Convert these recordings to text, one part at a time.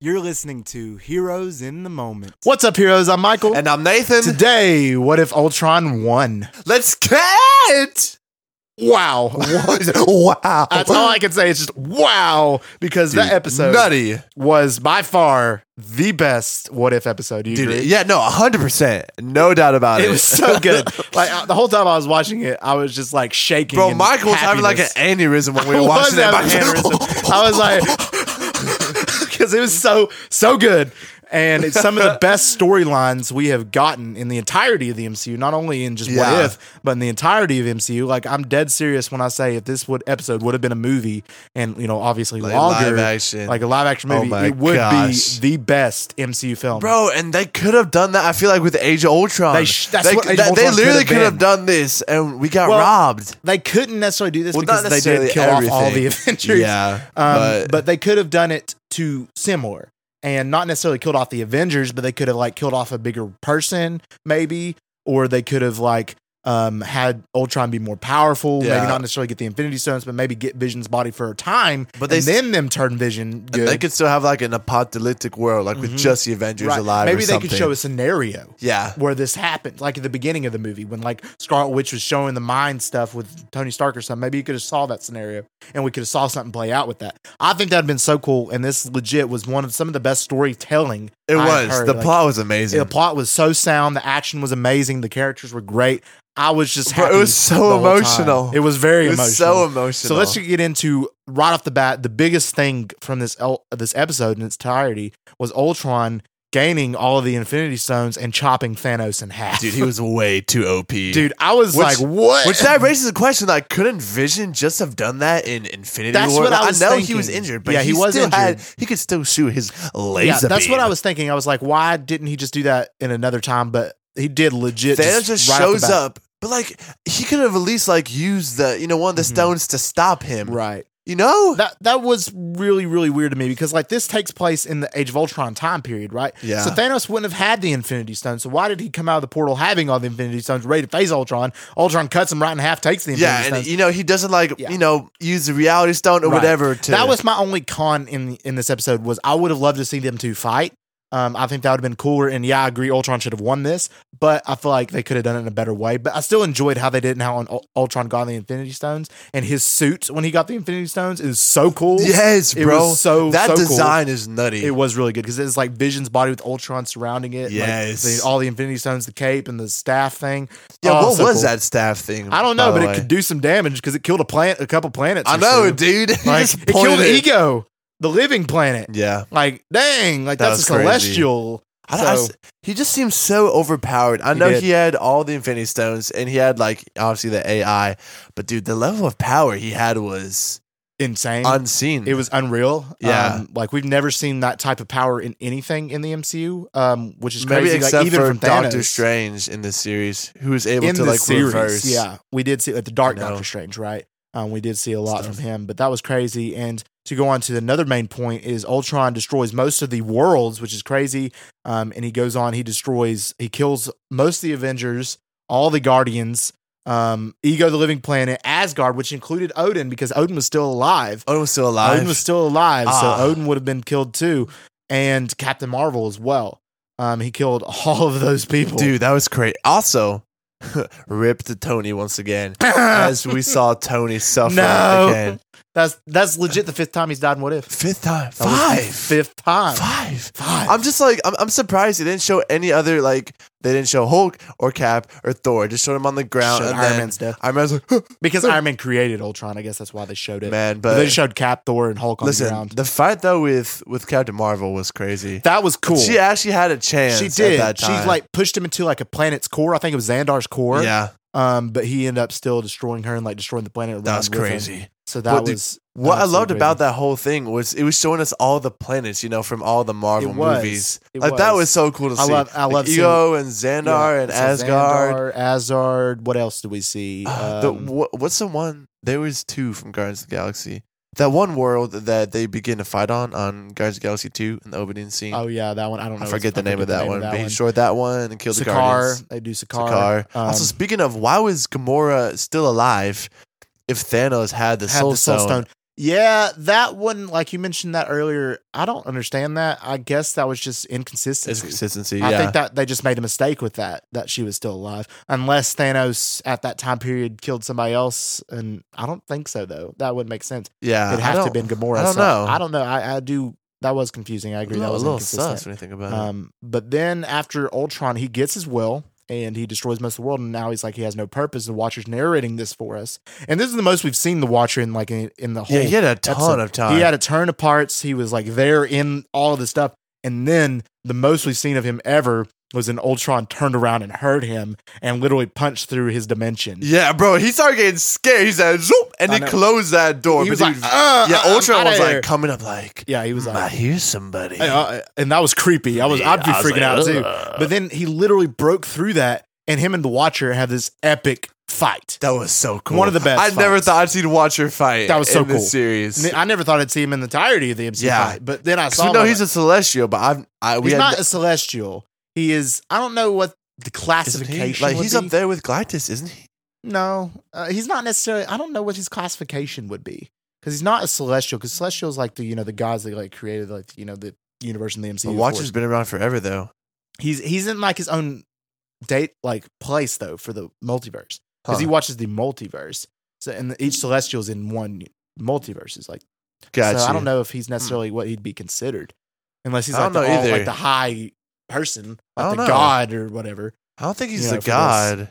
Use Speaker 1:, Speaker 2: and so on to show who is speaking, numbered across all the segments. Speaker 1: You're listening to Heroes in the Moment.
Speaker 2: What's up, heroes? I'm Michael.
Speaker 3: And I'm Nathan.
Speaker 2: Today, what if Ultron won?
Speaker 3: Let's cat.
Speaker 2: Wow.
Speaker 3: wow.
Speaker 2: That's all I can say. It's just wow because
Speaker 3: Dude,
Speaker 2: that episode
Speaker 3: Nutty.
Speaker 2: was by far the best what if episode. Do you
Speaker 3: Dude,
Speaker 2: agree?
Speaker 3: yeah, no, 100%. No doubt about it.
Speaker 2: It was so good. like uh, the whole time I was watching it, I was just like shaking.
Speaker 3: Bro,
Speaker 2: in
Speaker 3: Michael was having like an
Speaker 2: happiness.
Speaker 3: aneurysm when we
Speaker 2: I
Speaker 3: were
Speaker 2: was
Speaker 3: watching that.
Speaker 2: having an aneurysm. I was like, because it was so so good, and it's some of the best storylines we have gotten in the entirety of the MCU. Not only in just
Speaker 3: Yeah.
Speaker 2: what if, but in the entirety of MCU. Like I'm dead serious when I say if this would episode would have been a movie, and you know obviously
Speaker 3: Like
Speaker 2: longer,
Speaker 3: live action.
Speaker 2: like a live action
Speaker 3: Oh
Speaker 2: movie,
Speaker 3: my
Speaker 2: it would
Speaker 3: gosh.
Speaker 2: be the best MCU film.
Speaker 3: Bro, and they could have done that, I feel like, with Age of Ultron.
Speaker 2: They sh- that's what Age of
Speaker 3: they- they
Speaker 2: Ultron could
Speaker 3: literally
Speaker 2: have
Speaker 3: could have
Speaker 2: been.
Speaker 3: done this, and we got
Speaker 2: Well,
Speaker 3: robbed.
Speaker 2: They couldn't necessarily do this
Speaker 3: Well,
Speaker 2: because
Speaker 3: not
Speaker 2: they
Speaker 3: necessarily
Speaker 2: did kill off all
Speaker 3: everything.
Speaker 2: the Avengers.
Speaker 3: Yeah,
Speaker 2: um,
Speaker 3: but-
Speaker 2: but, they could have done it to Seymour and not necessarily killed off the Avengers, but they could have like killed off a bigger person, maybe, or they could have like um, had Ultron be more powerful.
Speaker 3: Yeah.
Speaker 2: Maybe not necessarily get the Infinity Stones, but maybe get Vision's body for a time.
Speaker 3: But
Speaker 2: But
Speaker 3: they
Speaker 2: they
Speaker 3: s-
Speaker 2: then them turn Vision
Speaker 3: And
Speaker 2: good.
Speaker 3: they could still have like an apocalyptic world, like with
Speaker 2: Mhm.
Speaker 3: just the Avengers
Speaker 2: Right.
Speaker 3: alive.
Speaker 2: Maybe
Speaker 3: or
Speaker 2: they
Speaker 3: something.
Speaker 2: could show a scenario
Speaker 3: Yeah.
Speaker 2: where this happened, like at the beginning of the movie when like Scarlet Witch was showing the mind stuff with Tony Stark or something. Maybe you could have saw that scenario and we could have saw something play out with that. I think that'd been so cool. And this legit was one of some of the best storytelling.
Speaker 3: It
Speaker 2: I
Speaker 3: was.
Speaker 2: heard,
Speaker 3: the
Speaker 2: like,
Speaker 3: plot was amazing.
Speaker 2: The plot was so sound. The action was amazing. The characters were great. I was just
Speaker 3: Bro, it
Speaker 2: happy.
Speaker 3: was so
Speaker 2: the whole time.
Speaker 3: emotional.
Speaker 2: It was very
Speaker 3: it was
Speaker 2: emotional.
Speaker 3: so emotional.
Speaker 2: So let's just get into right off the bat. The biggest thing from this el- this episode in its entirety was Ultron gaining all of the Infinity Stones and chopping Thanos in half.
Speaker 3: Dude, he was way too OP.
Speaker 2: dude. I was
Speaker 3: Which-
Speaker 2: like, what?
Speaker 3: Which that raises a question: like, couldn't Vision just have done that in Infinity
Speaker 2: That's
Speaker 3: War?
Speaker 2: what I
Speaker 3: Like,
Speaker 2: was
Speaker 3: know he
Speaker 2: thinking.
Speaker 3: was injured, but
Speaker 2: Yeah,
Speaker 3: he,
Speaker 2: he was
Speaker 3: still had.
Speaker 2: injured.
Speaker 3: He could still shoot his laser.
Speaker 2: yeah, that's what
Speaker 3: beam.
Speaker 2: I was thinking. I was like, why didn't he just do that in another time? But he did legit.
Speaker 3: Thanos just
Speaker 2: right off the
Speaker 3: shows
Speaker 2: bat.
Speaker 3: up, but like he could have at least like used the you know one of the
Speaker 2: Mhm.
Speaker 3: stones to stop him.
Speaker 2: Right.
Speaker 3: You know?
Speaker 2: That that was really really weird to me because like this takes place in the Age of Ultron time period, right?
Speaker 3: Yeah.
Speaker 2: So Thanos wouldn't have had the Infinity Stones. So why did he come out of the portal having all the Infinity Stones ready to face Ultron? Ultron cuts him right in half, takes the Infinity
Speaker 3: yeah,
Speaker 2: Stones.
Speaker 3: and you know he doesn't like
Speaker 2: Yeah.
Speaker 3: you know use the Reality Stone or
Speaker 2: Right.
Speaker 3: whatever to.
Speaker 2: That was my only con in in this episode was I would have loved to see them two fight. Um, I think that would have been cooler. And yeah, I agree. Ultron should have won this, but I feel like they could have done it in a better way. But I still enjoyed how they did and how on- Ultron got the Infinity Stones and his suit when he got the Infinity Stones is so cool.
Speaker 3: yes,
Speaker 2: It
Speaker 3: bro.
Speaker 2: was so-
Speaker 3: that
Speaker 2: so cool.
Speaker 3: design is nutty.
Speaker 2: It was really good because it's like Vision's body with Ultron surrounding it. and,
Speaker 3: Yes.
Speaker 2: Like the, all the Infinity Stones, the cape, and the staff thing.
Speaker 3: yeah,
Speaker 2: Oh,
Speaker 3: what
Speaker 2: so
Speaker 3: was
Speaker 2: cool.
Speaker 3: that staff thing?
Speaker 2: I don't
Speaker 3: by
Speaker 2: know,
Speaker 3: the
Speaker 2: but it
Speaker 3: way?
Speaker 2: could do some damage because it killed a plant, a couple planets.
Speaker 3: I
Speaker 2: or
Speaker 3: know,
Speaker 2: so.
Speaker 3: dude. He
Speaker 2: Like,
Speaker 3: just
Speaker 2: it killed
Speaker 3: pointed
Speaker 2: Ego, the living planet.
Speaker 3: Yeah.
Speaker 2: Like, dang, like
Speaker 3: That
Speaker 2: that's a
Speaker 3: was crazy.
Speaker 2: celestial.
Speaker 3: I, don't- I
Speaker 2: So-
Speaker 3: s- he just seems so overpowered. I
Speaker 2: He
Speaker 3: know
Speaker 2: did.
Speaker 3: he had all the Infinity Stones and he had like obviously the AI, but dude, the level of power he had was
Speaker 2: insane.
Speaker 3: unseen.
Speaker 2: it was unreal.
Speaker 3: Yeah.
Speaker 2: Um, like we've never seen that type of power in anything in the MCU, um, which is
Speaker 3: maybe
Speaker 2: crazy.
Speaker 3: except
Speaker 2: like even
Speaker 3: for
Speaker 2: from Thanos.
Speaker 3: Doctor Strange in this series, who was able
Speaker 2: in
Speaker 3: to
Speaker 2: the
Speaker 3: like
Speaker 2: series,
Speaker 3: reverse.
Speaker 2: yeah, we did see like the Dark
Speaker 3: I know.
Speaker 2: Doctor Strange, right? Um, we did see a lot
Speaker 3: Stuff.
Speaker 2: from him, but that was crazy. And to go on to another main point is Ultron destroys most of the worlds, which is crazy. Um, and he goes on, he destroys, he kills most of the Avengers, all the Guardians, um, Ego, the Living Planet, Asgard, which included Odin because Odin was still alive.
Speaker 3: Odin was still alive.
Speaker 2: Odin was still alive,
Speaker 3: Ah.
Speaker 2: so Odin would have been killed too, and Captain Marvel as well. Um, he killed all of those people,
Speaker 3: dude, that was great. Also, rip to Tony once again, as we saw Tony suffer
Speaker 2: Ah. No.
Speaker 3: again.
Speaker 2: That's that's legit. The fifth time he's died. in What if
Speaker 3: Fifth time,
Speaker 2: That was
Speaker 3: five,
Speaker 2: the Fifth time.
Speaker 3: five.
Speaker 2: Five.
Speaker 3: I'm just like I'm, I'm surprised they didn't show any other like they didn't show Hulk or Cap or Thor. Just showed him on the ground.
Speaker 2: Showed
Speaker 3: and
Speaker 2: Iron
Speaker 3: then
Speaker 2: Man's death
Speaker 3: Iron Man's like,
Speaker 2: because Iron Man created Ultron. I guess that's why they showed it.
Speaker 3: man,
Speaker 2: But
Speaker 3: but
Speaker 2: they just showed Cap, Thor, and Hulk on the
Speaker 3: listen,
Speaker 2: ground.
Speaker 3: the, fight though with with Captain Marvel was crazy.
Speaker 2: that was cool.
Speaker 3: She actually had a chance.
Speaker 2: she
Speaker 3: at
Speaker 2: did.
Speaker 3: that
Speaker 2: She
Speaker 3: time.
Speaker 2: like pushed him into like a planet's core. I think it was Xandar's core.
Speaker 3: yeah,
Speaker 2: Um, but he ended up still destroying her and like destroying the planet.
Speaker 3: that
Speaker 2: around
Speaker 3: was
Speaker 2: with him.
Speaker 3: crazy.
Speaker 2: So that
Speaker 3: But dude,
Speaker 2: was
Speaker 3: What
Speaker 2: That
Speaker 3: I
Speaker 2: was so
Speaker 3: loved
Speaker 2: crazy.
Speaker 3: about that whole thing was it was showing us all the planets, you know, from all the Marvel
Speaker 2: It was.
Speaker 3: movies.
Speaker 2: It
Speaker 3: like that
Speaker 2: was.
Speaker 3: was so cool to
Speaker 2: I
Speaker 3: see.
Speaker 2: love- I
Speaker 3: Like,
Speaker 2: love seeing-
Speaker 3: Ego and Xandar
Speaker 2: Yeah.
Speaker 3: and
Speaker 2: So
Speaker 3: Asgard.
Speaker 2: Xandar, Asgard. What else do we see?
Speaker 3: Uh, the,
Speaker 2: Um,
Speaker 3: wha- what's the one? There was two from Guardians of the Galaxy. That one world that they begin to fight on on Guardians of the Galaxy two in the opening scene.
Speaker 2: oh yeah, that one. I don't
Speaker 3: I
Speaker 2: know.
Speaker 3: forget the name of that one. But he
Speaker 2: one.
Speaker 3: destroyed that one and killed the Guardians.
Speaker 2: Sakaar. They do Sakaar.
Speaker 3: Sakaar.
Speaker 2: Um,
Speaker 3: also, speaking of, why was Gamora still alive if Thanos had the
Speaker 2: had
Speaker 3: Soul
Speaker 2: the Soul
Speaker 3: Stone?
Speaker 2: Stone. Yeah, that one, like you mentioned that earlier, I don't understand that. I guess that was just
Speaker 3: It's
Speaker 2: inconsistency.
Speaker 3: consistency.
Speaker 2: I
Speaker 3: yeah.
Speaker 2: think that they just made a mistake with that, that she was still alive. Unless Thanos at that time period killed somebody else. And I don't think so, though. That would make sense.
Speaker 3: yeah.
Speaker 2: It'd
Speaker 3: Uh, I
Speaker 2: have to
Speaker 3: don't-
Speaker 2: have been Gamora.
Speaker 3: I don't
Speaker 2: so
Speaker 3: know.
Speaker 2: I don't know. I, I do. That was confusing. I agree.
Speaker 3: A
Speaker 2: that
Speaker 3: little-
Speaker 2: was
Speaker 3: a little
Speaker 2: inconsistent.
Speaker 3: sus when you think about it.
Speaker 2: Um, but then after Ultron, he gets his will and he destroys most of the world. And now he's like, he has no purpose. The Watcher's narrating this for us. And this is the most we've seen the Watcher in like in, in the whole.
Speaker 3: Yeah, he had a ton
Speaker 2: episode.
Speaker 3: of time.
Speaker 2: He had a turn of parts. He was like there in all of the stuff. And then the most we've seen of him ever was an Ultron turned around and heard him and literally punched through his dimension.
Speaker 3: yeah, bro. He started getting scared. He said, "Zoop," and
Speaker 2: I
Speaker 3: he
Speaker 2: know.
Speaker 3: closed that door.
Speaker 2: He was
Speaker 3: but
Speaker 2: like, "Uh,
Speaker 3: yeah,
Speaker 2: uh, I'm
Speaker 3: Ultron
Speaker 2: outta
Speaker 3: was
Speaker 2: here."
Speaker 3: like coming up, like,
Speaker 2: yeah, he was
Speaker 3: "Hmm,
Speaker 2: like,
Speaker 3: I hear somebody.
Speaker 2: Hey, I- I- and that was creepy. I was I'd be
Speaker 3: Yeah, I was
Speaker 2: freaking
Speaker 3: like,
Speaker 2: out too.
Speaker 3: "Ugh."
Speaker 2: But then he literally broke through that, and him and the Watcher have this epic fight.
Speaker 3: that was so cool.
Speaker 2: One of the best
Speaker 3: I never
Speaker 2: fights.
Speaker 3: thought I'd seen Watcher fight.
Speaker 2: That was so
Speaker 3: in this
Speaker 2: cool.
Speaker 3: series.
Speaker 2: I never thought I'd see him in the entirety of the MCU
Speaker 3: Yeah.
Speaker 2: fight, but then I
Speaker 3: 'Cause
Speaker 2: saw.
Speaker 3: we
Speaker 2: him,
Speaker 3: know
Speaker 2: I'm
Speaker 3: he's
Speaker 2: like,
Speaker 3: a celestial, but I've I we
Speaker 2: he's
Speaker 3: had
Speaker 2: not a celestial. He is. I don't know what the
Speaker 3: Isn't
Speaker 2: classification.
Speaker 3: he? Like
Speaker 2: would
Speaker 3: he's
Speaker 2: be.
Speaker 3: up there with Galactus, isn't he?
Speaker 2: No, uh, he's not necessarily. I don't know what his classification would be because he's not a celestial. Because celestial is like the you know the gods that like created like you know the universe and the MCU.
Speaker 3: The
Speaker 2: of
Speaker 3: Watcher's
Speaker 2: course.
Speaker 3: been around forever, though.
Speaker 2: He's he's in like his own date like place though for the multiverse. because he
Speaker 3: Huh.
Speaker 2: watches the multiverse. So and each celestial's in one multiverse is like
Speaker 3: Gotcha.
Speaker 2: so I don't know if he's necessarily what he'd be considered unless he's
Speaker 3: Hmm. I
Speaker 2: like
Speaker 3: don't
Speaker 2: the,
Speaker 3: know
Speaker 2: all- like
Speaker 3: either.
Speaker 2: the high person,
Speaker 3: I
Speaker 2: like
Speaker 3: don't
Speaker 2: the
Speaker 3: know.
Speaker 2: god or whatever.
Speaker 3: I don't think
Speaker 2: you
Speaker 3: he's
Speaker 2: know,
Speaker 3: a
Speaker 2: for this.
Speaker 3: god,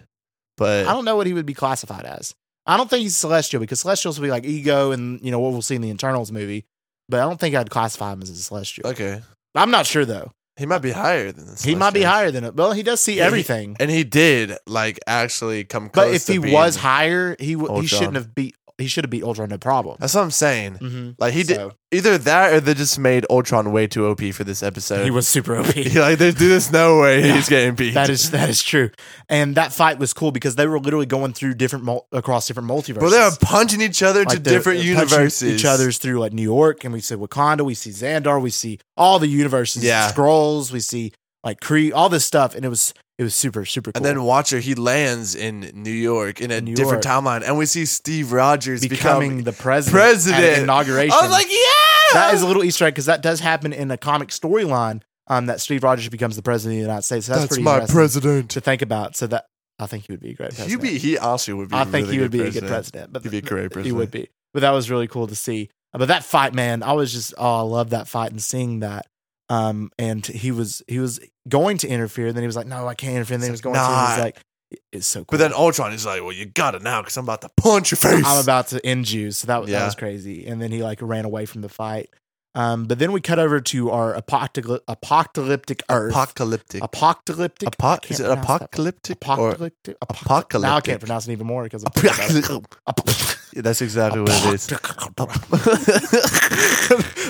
Speaker 3: but
Speaker 2: I don't know what he would be classified as. I don't think he's celestial because celestials will be like ego and you know what we'll see in the Internals movie, but I don't think I'd classify him as a celestial.
Speaker 3: okay.
Speaker 2: I'm not sure though.
Speaker 3: He might be higher than this.
Speaker 2: He might be
Speaker 3: Celestial.
Speaker 2: higher than it. Well, he does see
Speaker 3: Yeah, he-
Speaker 2: everything.
Speaker 3: and he did like actually come close.
Speaker 2: but if
Speaker 3: to
Speaker 2: he
Speaker 3: being-
Speaker 2: was higher, he w- he
Speaker 3: Ultron.
Speaker 2: shouldn't have beat. He should have beat Ultron no problem.
Speaker 3: that's what I'm saying.
Speaker 2: Mm-hmm.
Speaker 3: Like he did either that, or they just made Ultron way too OP for this episode.
Speaker 2: he was super OP.
Speaker 3: like there's, there's no way
Speaker 2: Yeah.
Speaker 3: he's getting beat.
Speaker 2: That is that is true. And that fight was cool because they were literally going through different mul- across different multiverses.
Speaker 3: But they were punching each other
Speaker 2: Like,
Speaker 3: to
Speaker 2: they're-
Speaker 3: different
Speaker 2: they're punching
Speaker 3: universes.
Speaker 2: Each other's through like New York, and we see Wakanda, we see Xandar, we see all the universes.
Speaker 3: Yeah.
Speaker 2: scrolls. We see like Kree, all this stuff, and it was it was super super cool.
Speaker 3: And then Watcher, he lands in New York in a
Speaker 2: New
Speaker 3: different
Speaker 2: York.
Speaker 3: timeline, and we see Steve Rogers
Speaker 2: becoming
Speaker 3: becoming.
Speaker 2: the president, at
Speaker 3: president.
Speaker 2: the inauguration.
Speaker 3: I was like, ah! yeah,
Speaker 2: that is a little Easter egg because that does happen in a comic storyline. Um, that Steve Rogers becomes the president of the United States. So that's,
Speaker 3: that's
Speaker 2: pretty
Speaker 3: my
Speaker 2: interesting
Speaker 3: president.
Speaker 2: to think about. So that I think he would be a great president.
Speaker 3: He be he honestly would be.
Speaker 2: I
Speaker 3: a
Speaker 2: think
Speaker 3: really
Speaker 2: he would be a good president.
Speaker 3: president.
Speaker 2: But
Speaker 3: He'd be a
Speaker 2: th-
Speaker 3: great
Speaker 2: He
Speaker 3: president.
Speaker 2: would be. But that was really cool to see. Uh, But that fight, man, I was just oh, I love that fight and seeing that. Um, and he was he was going to interfere, and then he was like, "No, I can't interfere." And then he was going to, and he was
Speaker 3: Nah.
Speaker 2: like, "It- "It's so cool."
Speaker 3: But then Ultron is like, well, you got it now because I'm about to punch your face.
Speaker 2: I'm about to end you, so that, was that
Speaker 3: Yeah.
Speaker 2: was crazy. And then he like ran away from the fight. Um, but then we cut over to our apocalyptic apocalyptic Earth.
Speaker 3: apocalyptic.
Speaker 2: apocalyptic. I
Speaker 3: Apoc-
Speaker 2: can't
Speaker 3: is it
Speaker 2: pronounce that word.
Speaker 3: apocalyptic? Or
Speaker 2: Apocalyptic.
Speaker 3: apocalyptic.
Speaker 2: Now I can't pronounce it even more because
Speaker 3: Yeah, that's exactly what it is.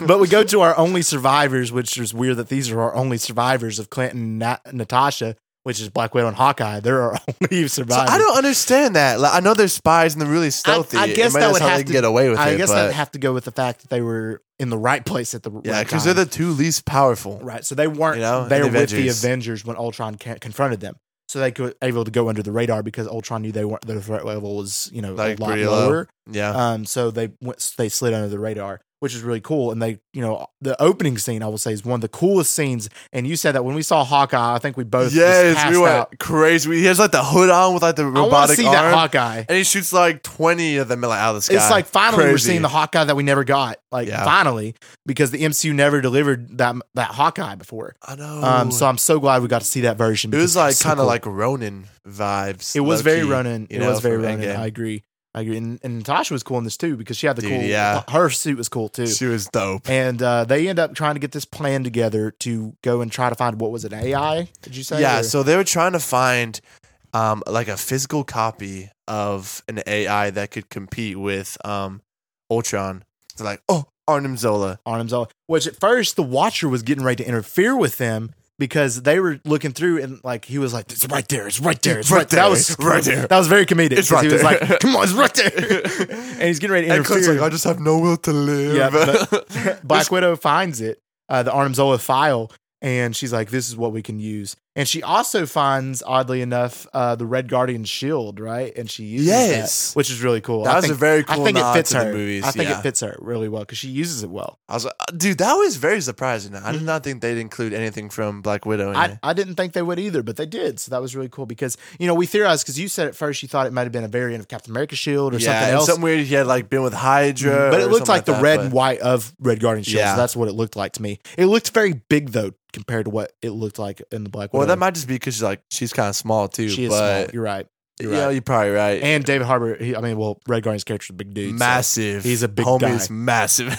Speaker 2: but we go to our only survivors, which is weird that these are our only survivors of Clinton and Nat- Natasha, which is Black Widow and Hawkeye. They're our only
Speaker 3: So
Speaker 2: survivors.
Speaker 3: I don't understand that. Like, I know they're spies and they're really stealthy.
Speaker 2: I
Speaker 3: It
Speaker 2: guess
Speaker 3: might-
Speaker 2: that
Speaker 3: that's
Speaker 2: would
Speaker 3: how
Speaker 2: have
Speaker 3: they can
Speaker 2: to-
Speaker 3: get away with
Speaker 2: I
Speaker 3: it.
Speaker 2: guess
Speaker 3: but,
Speaker 2: that'd have to go with the fact that they were in the right place at the
Speaker 3: yeah,
Speaker 2: right
Speaker 3: because
Speaker 2: time.
Speaker 3: they're the two least powerful.
Speaker 2: um, right. So they weren't
Speaker 3: you know,
Speaker 2: there
Speaker 3: the
Speaker 2: with the
Speaker 3: Avengers.
Speaker 2: Avengers when Ultron ca- confronted them. So they were able to go under the radar because Ultron knew they weren't their threat level was you know
Speaker 3: Like,
Speaker 2: a lot
Speaker 3: pretty low.
Speaker 2: lower.
Speaker 3: Yeah.
Speaker 2: Um, so they went, they slid under the radar, which is really cool. And they, you know, the opening scene I will say is one of the coolest scenes. And you said that when we saw Hawkeye, I think we both just
Speaker 3: yes,
Speaker 2: passed
Speaker 3: we went
Speaker 2: out.
Speaker 3: crazy. We- He has like the hood on with like
Speaker 2: I
Speaker 3: the
Speaker 2: want to
Speaker 3: robotic
Speaker 2: see
Speaker 3: arm,
Speaker 2: that Hawkeye.
Speaker 3: and he shoots like twenty of them like out of the sky.
Speaker 2: It's like finally we're
Speaker 3: Crazy.
Speaker 2: seeing the Hawkeye that we never got. Like
Speaker 3: Yeah.
Speaker 2: finally, because the MCU never delivered that that Hawkeye before.
Speaker 3: I know.
Speaker 2: Um, so I'm so glad we got to see that version.
Speaker 3: Oh. it
Speaker 2: because
Speaker 3: was like
Speaker 2: so
Speaker 3: kind of
Speaker 2: cool.
Speaker 3: like Ronin vibes.
Speaker 2: it was very
Speaker 3: low-key.
Speaker 2: Ronin.
Speaker 3: you
Speaker 2: It
Speaker 3: know,
Speaker 2: was very
Speaker 3: from
Speaker 2: Ronin.
Speaker 3: Endgame.
Speaker 2: I agree. I agree. And, and Natasha was cool in this too because she had the
Speaker 3: Dude,
Speaker 2: cool.
Speaker 3: yeah.
Speaker 2: her suit was cool too.
Speaker 3: She was dope.
Speaker 2: and uh, they end up trying to get this plan together to go and try to find what was it AI? Did you say?
Speaker 3: yeah,
Speaker 2: Or-
Speaker 3: so they were trying to find um like a physical copy of an AI that could compete with um Ultron. They're like, oh, Arnim Zola.
Speaker 2: on himself. Which at first the Watcher was getting ready to interfere with them because they were looking through and like he was like, "It's right there. It's right there. It's right, there. That was
Speaker 3: it's right there."
Speaker 2: That was very comedic.
Speaker 3: It's
Speaker 2: 'cause
Speaker 3: right
Speaker 2: he was
Speaker 3: there.
Speaker 2: like, "Come on, it's right there." and he's getting ready to
Speaker 3: And Clint's
Speaker 2: interfere.
Speaker 3: like, "Oh, I just have no will to live.
Speaker 2: Yeah,
Speaker 3: but
Speaker 2: Black Widow finds it, uh, the Arnim Zola file, and she's like, "This is what we can use." And she also finds, oddly enough, uh, the Red Guardian shield, right? And she uses
Speaker 3: Yes.
Speaker 2: that, which is really cool.
Speaker 3: That
Speaker 2: I
Speaker 3: was
Speaker 2: think,
Speaker 3: a very cool
Speaker 2: I think it
Speaker 3: nod
Speaker 2: fits
Speaker 3: to
Speaker 2: her.
Speaker 3: the movies.
Speaker 2: I think
Speaker 3: yeah.
Speaker 2: it fits her really well because she uses it well.
Speaker 3: I was like, uh, dude, that was very surprising. I did not think they'd include anything from Black Widow. In
Speaker 2: I,
Speaker 3: it.
Speaker 2: I didn't think they would either, but they did. So that was really cool because, you know, we theorized because you said at first you thought it might have been a variant of Captain America's shield or
Speaker 3: yeah,
Speaker 2: something
Speaker 3: and
Speaker 2: else.
Speaker 3: something weird. He had like been with Hydra,
Speaker 2: but
Speaker 3: or
Speaker 2: it looked
Speaker 3: something
Speaker 2: like the
Speaker 3: that,
Speaker 2: red
Speaker 3: but-
Speaker 2: and white of Red Guardian shield.
Speaker 3: Yeah.
Speaker 2: So that's what it looked like to me. It looked very big, though, compared to what it looked like in the Black
Speaker 3: Well,
Speaker 2: Widow.
Speaker 3: that might just be because she's like she's kind of small too.
Speaker 2: She is
Speaker 3: but,
Speaker 2: small. You're right. You're
Speaker 3: yeah,
Speaker 2: right.
Speaker 3: you're probably right.
Speaker 2: And David Harbour, he, I mean, well, Red Guardian's character's a big dude. so-
Speaker 3: massive.
Speaker 2: he's a big
Speaker 3: homie.
Speaker 2: guy.
Speaker 3: Is massive.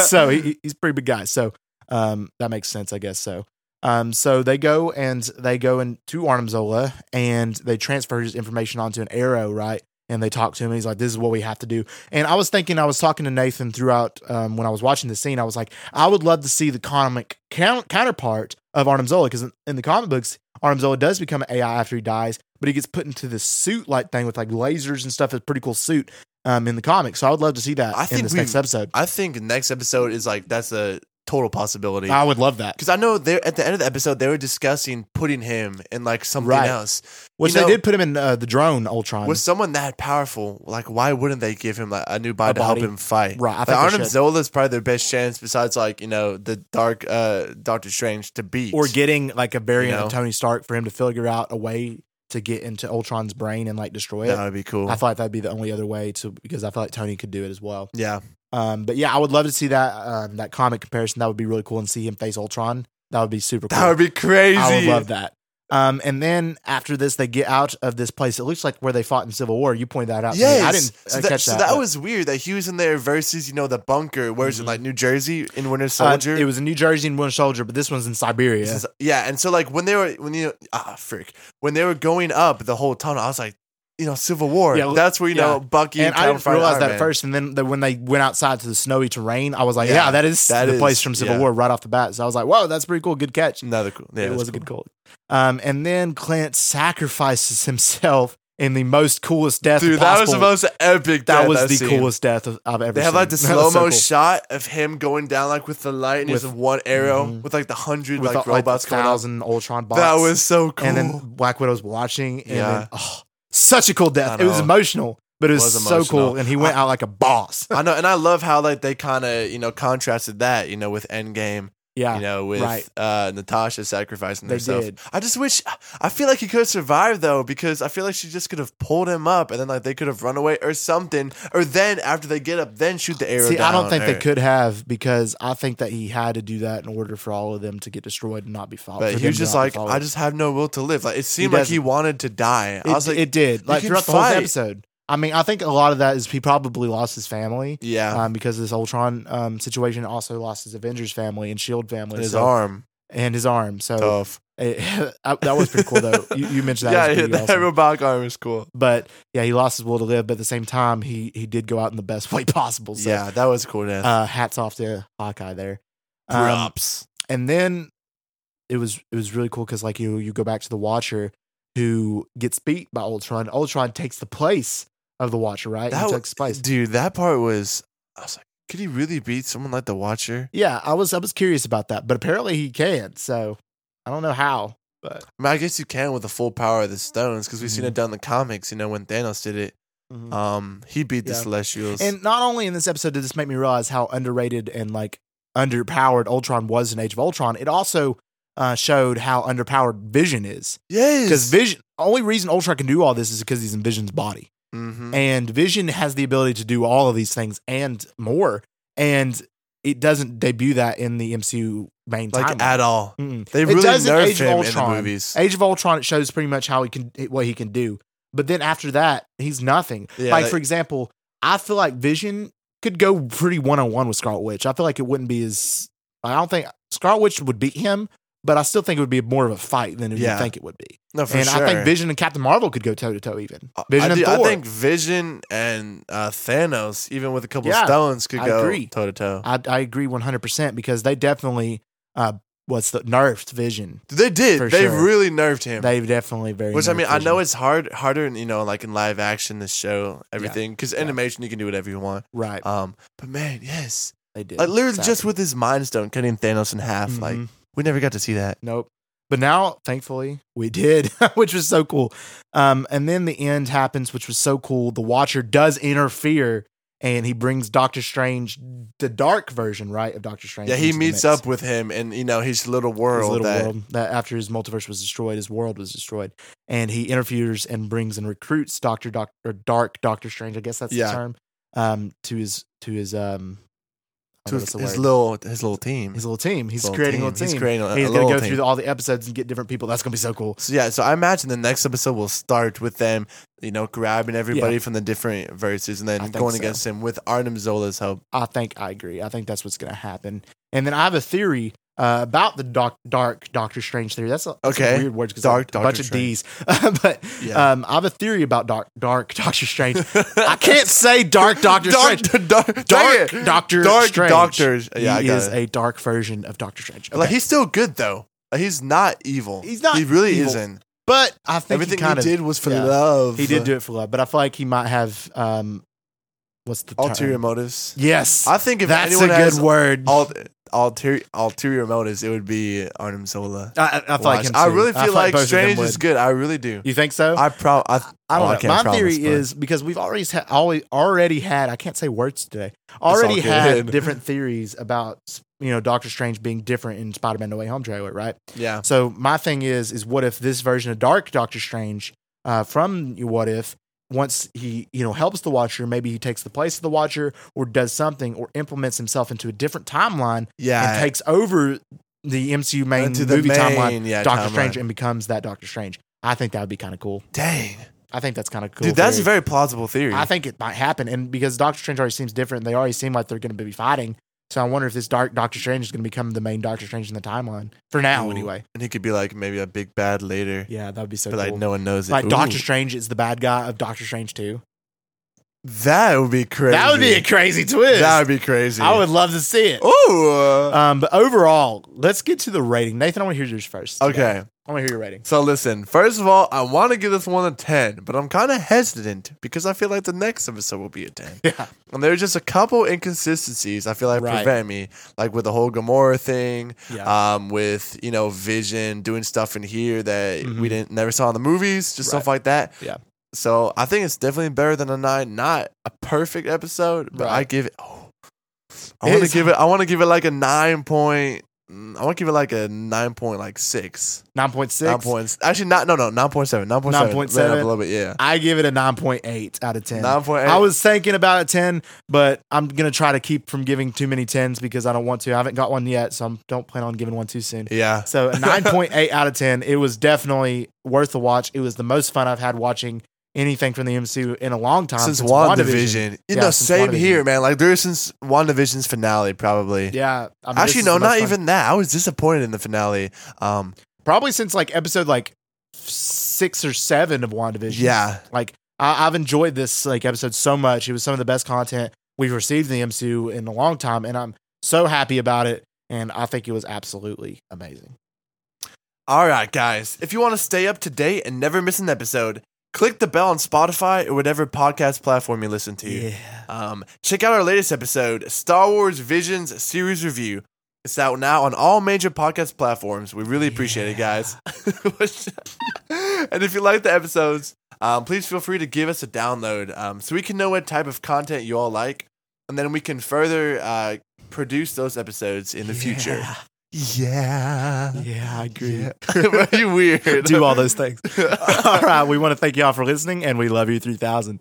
Speaker 2: so he, he's a pretty big guy. So um, that makes sense, I guess. So um, so they go and they go into Arnimzola and they transfer his information onto an arrow, right? And they talk to him. And he's like, "This is what we have to do." And I was thinking, I was talking to Nathan throughout um, when I was watching the scene. I was like, "I would love to see the comic count- counterpart of Arnimzola because in, in the comic books, Arnimzola does become an AI after he dies, but he gets put into this suit like thing with like lasers and stuff. It's a pretty cool suit um, in the comics. So I would love to see that
Speaker 3: I
Speaker 2: in
Speaker 3: think
Speaker 2: this
Speaker 3: we-
Speaker 2: next episode.
Speaker 3: I think next episode is like that's a total possibility.
Speaker 2: I would love that.
Speaker 3: Because I know they at the end of the episode they were discussing putting him in like something
Speaker 2: Right.
Speaker 3: else.
Speaker 2: Which
Speaker 3: You know-
Speaker 2: they did put him in uh, the drone Ultron.
Speaker 3: With someone that powerful, like why wouldn't they give him like a new body,
Speaker 2: A body.
Speaker 3: to help him fight?
Speaker 2: right. I think
Speaker 3: Like,
Speaker 2: they
Speaker 3: Arnim
Speaker 2: should.
Speaker 3: Zola is probably their best chance, besides like you know the dark uh Doctor Strange to beat
Speaker 2: or getting like a variant
Speaker 3: You know?
Speaker 2: of Tony Stark for him to figure out a way to get into Ultron's brain and like destroy it.
Speaker 3: That would be cool.
Speaker 2: I thought that'd be the only other way to because I felt like Tony could do it as well.
Speaker 3: yeah,
Speaker 2: Um, but yeah, I would love to see that um, that comic comparison. That would be really cool and see him face Ultron. That would be super cool.
Speaker 3: that would be crazy.
Speaker 2: I would love that. Um, and then after this, they get out of this place. It looks like where they fought in Civil War. You pointed that out. to me.
Speaker 3: Yes.
Speaker 2: I didn't
Speaker 3: so
Speaker 2: uh,
Speaker 3: that,
Speaker 2: catch
Speaker 3: so
Speaker 2: that.
Speaker 3: that
Speaker 2: but-
Speaker 3: was weird that he was in there versus you know the bunker. Where's
Speaker 2: Mhm.
Speaker 3: it like New Jersey in Winter
Speaker 2: uh,
Speaker 3: Soldier?
Speaker 2: it was in New Jersey and Winter Soldier, but this one's in Siberia.
Speaker 3: This is- yeah. and so like when they were when you know, ah freak when they were going up the whole tunnel, I was like, you know, Civil War.
Speaker 2: Yeah,
Speaker 3: that's where you know
Speaker 2: yeah.
Speaker 3: Bucky
Speaker 2: and I
Speaker 3: Captain
Speaker 2: didn't
Speaker 3: Fire and
Speaker 2: realize
Speaker 3: Iron
Speaker 2: that
Speaker 3: Man.
Speaker 2: at first. And then the, when they went outside to the snowy terrain, I was like, yeah,
Speaker 3: Yeah,
Speaker 2: that is
Speaker 3: that
Speaker 2: the
Speaker 3: is-
Speaker 2: place from Civil
Speaker 3: yeah.
Speaker 2: War right off the bat. So I was like, whoa, that's pretty cool. Good catch.
Speaker 3: Another cool. Yeah,
Speaker 2: it
Speaker 3: that's
Speaker 2: was a good call. Um, and then Clint sacrifices himself in the most coolest death
Speaker 3: Dude, that was
Speaker 2: possible.
Speaker 3: the most epic.
Speaker 2: That
Speaker 3: death
Speaker 2: was
Speaker 3: I've
Speaker 2: the
Speaker 3: seen.
Speaker 2: coolest death of- I've ever
Speaker 3: They
Speaker 2: seen.
Speaker 3: have like the
Speaker 2: That was
Speaker 3: slow
Speaker 2: so
Speaker 3: mo
Speaker 2: cool.
Speaker 3: shot of him going down like with the light and just
Speaker 2: With-
Speaker 3: one arrow
Speaker 2: Mhm.
Speaker 3: with like the hundred
Speaker 2: with
Speaker 3: like
Speaker 2: the,
Speaker 3: robots
Speaker 2: like,
Speaker 3: going up.
Speaker 2: thousand Ultron bots.
Speaker 3: That was so cool.
Speaker 2: and then Black Widow's watching. And
Speaker 3: Yeah.
Speaker 2: then, oh, such a cool death.
Speaker 3: I
Speaker 2: It was
Speaker 3: know.
Speaker 2: emotional, but it was,
Speaker 3: Was
Speaker 2: so
Speaker 3: emotional.
Speaker 2: cool. And he went out like a boss.
Speaker 3: I know, and I love how like they kind of you know contrasted that you know with Endgame,
Speaker 2: yeah,
Speaker 3: you know with
Speaker 2: Ah, right.
Speaker 3: uh, Natasha sacrificing
Speaker 2: They
Speaker 3: herself.
Speaker 2: did.
Speaker 3: I just wish I feel like he could have survived though because I feel like she just could have pulled him up and then like they could have run away or something or then after they get up then shoot the arrow.
Speaker 2: See, I don't
Speaker 3: down,
Speaker 2: think
Speaker 3: or-
Speaker 2: they could have because I think that he had to do that in order for all of them to get destroyed and not be followed.
Speaker 3: But he was just like, I just have no will to live. Like it seemed like he
Speaker 2: doesn't.
Speaker 3: wanted to die.
Speaker 2: it,
Speaker 3: I was like,
Speaker 2: it did like
Speaker 3: can
Speaker 2: throughout the whole
Speaker 3: fight.
Speaker 2: episode. I mean, I think a lot of that is he probably lost his family
Speaker 3: yeah,
Speaker 2: um, because of this Ultron um, situation. Also lost his Avengers family and Shield E family,
Speaker 3: his
Speaker 2: so-
Speaker 3: arm
Speaker 2: and his arm. So
Speaker 3: tough.
Speaker 2: it, that was pretty cool, though. You, you mentioned Oh, that. was
Speaker 3: yeah, yeah,
Speaker 2: pretty
Speaker 3: that
Speaker 2: awesome.
Speaker 3: robotic arm is cool.
Speaker 2: But yeah, he lost his will to live, but at the same time, he he did go out in the best way possible. So,
Speaker 3: yeah, that was cool. Death.
Speaker 2: uh, hats off to Hawkeye there. Um,
Speaker 3: Props.
Speaker 2: and then it was it was really cool because like you you go back to the Watcher who gets beat by Ultron. Ultron takes the place of the Watcher, right?
Speaker 3: That
Speaker 2: he
Speaker 3: w-
Speaker 2: takes the place.
Speaker 3: Dude, that part was. I was like, could he really beat someone like the Watcher?
Speaker 2: yeah, I was I was curious about that, but apparently he can. So I don't know how, but
Speaker 3: I mean, I guess you can with the full power of the stones because we've
Speaker 2: Mm-hmm.
Speaker 3: seen it done in the comics. You know, when Thanos did it, um, he beat the
Speaker 2: Yeah.
Speaker 3: Celestials.
Speaker 2: and not only in this episode did this make me realize how underrated and like underpowered Ultron was in Age of Ultron. It also uh, showed how underpowered Vision is
Speaker 3: yes,
Speaker 2: because Vision. Only reason Ultron can do all this is because he's in Vision's body.
Speaker 3: Mhm.
Speaker 2: And Vision has the ability to do all of these things and more. And it doesn't debut that in the MCU main
Speaker 3: like
Speaker 2: timeline.
Speaker 3: at all.
Speaker 2: Mm-mm.
Speaker 3: They
Speaker 2: It
Speaker 3: really
Speaker 2: does in
Speaker 3: nerfed
Speaker 2: Age of
Speaker 3: him in the
Speaker 2: Ultron.
Speaker 3: movies.
Speaker 2: Age of Ultron, it shows pretty much how he can what he can do. But then after that, he's nothing.
Speaker 3: Yeah,
Speaker 2: like
Speaker 3: they-
Speaker 2: for example, I feel like Vision could go pretty one on one with Scarlet Witch. I feel like it wouldn't be as I don't think Scarlet Witch would beat him, but I still think it would be more of a fight than you
Speaker 3: Yeah.
Speaker 2: think it would be.
Speaker 3: No, for
Speaker 2: and
Speaker 3: sure.
Speaker 2: I think Vision and Captain Marvel could go toe to toe even.
Speaker 3: I-
Speaker 2: Vision
Speaker 3: I,
Speaker 2: and
Speaker 3: do- I
Speaker 2: Thor.
Speaker 3: think Vision and uh, Thanos, even with a couple
Speaker 2: Yeah,
Speaker 3: of stones, could
Speaker 2: I
Speaker 3: go
Speaker 2: agree.
Speaker 3: toe to toe.
Speaker 2: I, I agree 100% because they definitely uh what's the nerfed vision
Speaker 3: They
Speaker 2: For
Speaker 3: did. They
Speaker 2: sure.
Speaker 3: really nerfed him.
Speaker 2: they've definitely very
Speaker 3: Which I mean,
Speaker 2: nerfed
Speaker 3: I know
Speaker 2: Vision.
Speaker 3: it's hard, harder, in, you know, like in live action, the show, everything, because
Speaker 2: Yeah.
Speaker 3: animation you can do whatever you want.
Speaker 2: right
Speaker 3: Um, but man, yes,
Speaker 2: they did
Speaker 3: like literally
Speaker 2: Exactly.
Speaker 3: just with his mind stone cutting Thanos in half, like
Speaker 2: Mhm.
Speaker 3: we never got to see that.
Speaker 2: nope But now, thankfully, we did, which was so cool. Um, and then the end happens, which was so cool. The Watcher does interfere, and he brings Doctor Strange, the dark version, right, of Doctor Strange.
Speaker 3: Yeah, he
Speaker 2: into the
Speaker 3: meets
Speaker 2: mix.
Speaker 3: up with him, and you know his little
Speaker 2: His
Speaker 3: world.
Speaker 2: little
Speaker 3: that,
Speaker 2: world that after his multiverse was destroyed, his world was destroyed, and he interferes and brings and recruits Doctor Doc or Dark Doctor Strange. I guess that's
Speaker 3: Yeah.
Speaker 2: the term. Um, to his to his um, oh,
Speaker 3: to
Speaker 2: what's
Speaker 3: his,
Speaker 2: the
Speaker 3: his
Speaker 2: word?
Speaker 3: little his little team.
Speaker 2: his little team. He's
Speaker 3: Little
Speaker 2: creating a
Speaker 3: team.
Speaker 2: little team.
Speaker 3: He's creating a,
Speaker 2: He's
Speaker 3: a
Speaker 2: gonna
Speaker 3: little
Speaker 2: go
Speaker 3: team.
Speaker 2: through all the episodes and get different people. That's gonna be so cool.
Speaker 3: So yeah, so I imagine the next episode will start with them, you know, grabbing everybody from the different verses and
Speaker 2: I
Speaker 3: then
Speaker 2: think
Speaker 3: going
Speaker 2: so.
Speaker 3: against him with Arnim Zola's help.
Speaker 2: I think I agree. I think that's what's gonna happen. And then I have a theory uh, about the doc- dark Doctor Strange theory. That's a, that's a
Speaker 3: Okay.
Speaker 2: weird word because
Speaker 3: Dark
Speaker 2: dark a bunch
Speaker 3: Doctor
Speaker 2: of D's. but
Speaker 3: Yeah.
Speaker 2: um, I have a theory about dark dark Doctor Strange. I can't say dark Doctor
Speaker 3: dark,
Speaker 2: Strange. Dark
Speaker 3: dark, dang it.
Speaker 2: Doctor
Speaker 3: dark
Speaker 2: Strange.
Speaker 3: doctors.
Speaker 2: He
Speaker 3: Yeah, I got
Speaker 2: is
Speaker 3: it.
Speaker 2: a dark version of Doctor Strange.
Speaker 3: Like
Speaker 2: Okay.
Speaker 3: he's still good though. Like, he's not evil.
Speaker 2: He's not
Speaker 3: He really
Speaker 2: evil.
Speaker 3: isn't.
Speaker 2: but I think
Speaker 3: Everything
Speaker 2: he,
Speaker 3: he,
Speaker 2: kind of,
Speaker 3: did was for
Speaker 2: yeah.
Speaker 3: love.
Speaker 2: He did do it for love, but I feel like he might have um, what's the term?
Speaker 3: ulterior motives.
Speaker 2: Yes,
Speaker 3: I think if
Speaker 2: that's a
Speaker 3: anyone
Speaker 2: good
Speaker 3: has
Speaker 2: word.
Speaker 3: al- ulterior ulterior motives, it would be Arnim Zola.
Speaker 2: I, I, I feel like
Speaker 3: Watch.
Speaker 2: him.
Speaker 3: I
Speaker 2: too.
Speaker 3: really
Speaker 2: I
Speaker 3: feel like
Speaker 2: both of them
Speaker 3: Strange
Speaker 2: would.
Speaker 3: is good. I really do.
Speaker 2: You think so?
Speaker 3: I pro. I,
Speaker 2: I
Speaker 3: oh,
Speaker 2: don't know.
Speaker 3: can't
Speaker 2: My
Speaker 3: promise,
Speaker 2: theory
Speaker 3: but-
Speaker 2: is because we've always had always already had I can't say words today. Already
Speaker 3: all
Speaker 2: had
Speaker 3: good.
Speaker 2: different theories about you know Doctor Strange being different in Spider-Man: No Way Home trailer, right?
Speaker 3: yeah.
Speaker 2: So my thing is, is what if this version of Dark Doctor Strange uh, from What If, once he you know helps the Watcher, maybe he takes the place of the Watcher or does something or implements himself into a different timeline and
Speaker 3: Yeah.
Speaker 2: takes over the MCU main
Speaker 3: into the
Speaker 2: movie
Speaker 3: main,
Speaker 2: timeline,
Speaker 3: yeah,
Speaker 2: Doctor
Speaker 3: timeline.
Speaker 2: Strange, and becomes that Doctor Strange. I think that would be kind of cool.
Speaker 3: Dang,
Speaker 2: I think that's kind of cool.
Speaker 3: dude, that's a
Speaker 2: theory.
Speaker 3: very plausible theory.
Speaker 2: I think it might happen, and because Doctor Strange already seems different, they already seem like they're going to be fighting. So I wonder if this Dark Doctor Strange is going to become the main Doctor Strange in the timeline for now,
Speaker 3: Ooh.
Speaker 2: anyway.
Speaker 3: and he could be like maybe a big bad later,
Speaker 2: Yeah, that would be so
Speaker 3: but like
Speaker 2: cool.
Speaker 3: no one knows it.
Speaker 2: like
Speaker 3: Ooh.
Speaker 2: Doctor Strange is the bad guy of Doctor Strange Two.
Speaker 3: that would be crazy.
Speaker 2: That would be a crazy twist.
Speaker 3: that would be crazy.
Speaker 2: I would love to see it.
Speaker 3: Ooh. uh,
Speaker 2: Um, but overall, let's get to the rating. Nathan, I want to hear yours first.
Speaker 3: okay.
Speaker 2: I want to hear your rating.
Speaker 3: So listen, first of all, I want to give this one a 10, but I'm kind of hesitant because I feel like the next episode will be a 10.
Speaker 2: Yeah.
Speaker 3: And there's just a couple inconsistencies I feel like
Speaker 2: Right.
Speaker 3: prevent me, like with the whole Gamora thing,
Speaker 2: Yeah.
Speaker 3: um, with, you know, Vision doing stuff in here that we
Speaker 2: Mhm.
Speaker 3: didn't never saw in the movies, just stuff
Speaker 2: Right.
Speaker 3: like that.
Speaker 2: Yeah.
Speaker 3: So I think it's definitely better than a 9, not a perfect episode, but I
Speaker 2: Right.
Speaker 3: give it oh,
Speaker 2: It
Speaker 3: I want to
Speaker 2: is-
Speaker 3: give it I want to give it like a 9 point mm, I want to give it like a 9 point like 6.
Speaker 2: Nine point six.
Speaker 3: Nine points. Actually, not. No, no. Nine point seven. Nine point seven.
Speaker 2: 9.7.
Speaker 3: Ran up A little bit. Yeah.
Speaker 2: I give it a nine point eight out of ten.
Speaker 3: Nine point eight.
Speaker 2: I was thinking about a ten, but I'm gonna try to keep from giving too many tens because I don't want to. I haven't got one yet, so I don't plan on giving one too soon.
Speaker 3: Yeah.
Speaker 2: So a 9.8 out of 10. It was definitely worth the watch. It was the most fun I've had watching anything from the MCU in a long time.
Speaker 3: Since WandaVision. You
Speaker 2: Yeah,
Speaker 3: know,
Speaker 2: since
Speaker 3: same
Speaker 2: WandaVision.
Speaker 3: here, man. Like there is since WandaVision's finale, probably.
Speaker 2: Yeah. I mean, this
Speaker 3: Actually,
Speaker 2: is the
Speaker 3: no,
Speaker 2: most
Speaker 3: not
Speaker 2: fun-
Speaker 3: even that. I was disappointed in the finale. Um.
Speaker 2: Probably since like episode like six or seven of WandaVision.
Speaker 3: Yeah.
Speaker 2: Like I, I've enjoyed this like episode so much. It was some of the best content we've received in the MCU in a long time. And I'm so happy about it. And I think it was absolutely amazing.
Speaker 3: All right, guys. If you want to stay up to date and never miss an episode, click the bell on Spotify or whatever podcast platform you listen to. Um, check out our latest episode, Star Wars Visions Series Review. It's out now on all major podcast platforms. We really appreciate it, guys. and if you like the episodes, um, please feel free to give us a download um, so we can know what type of content you all like. And then we can further uh, produce those episodes in the future. Yeah.
Speaker 2: Yeah, I agree.
Speaker 3: Yeah. Very weird.
Speaker 2: Do all those things.
Speaker 3: all
Speaker 2: All right. We want to thank y'all for listening and we love you 3000.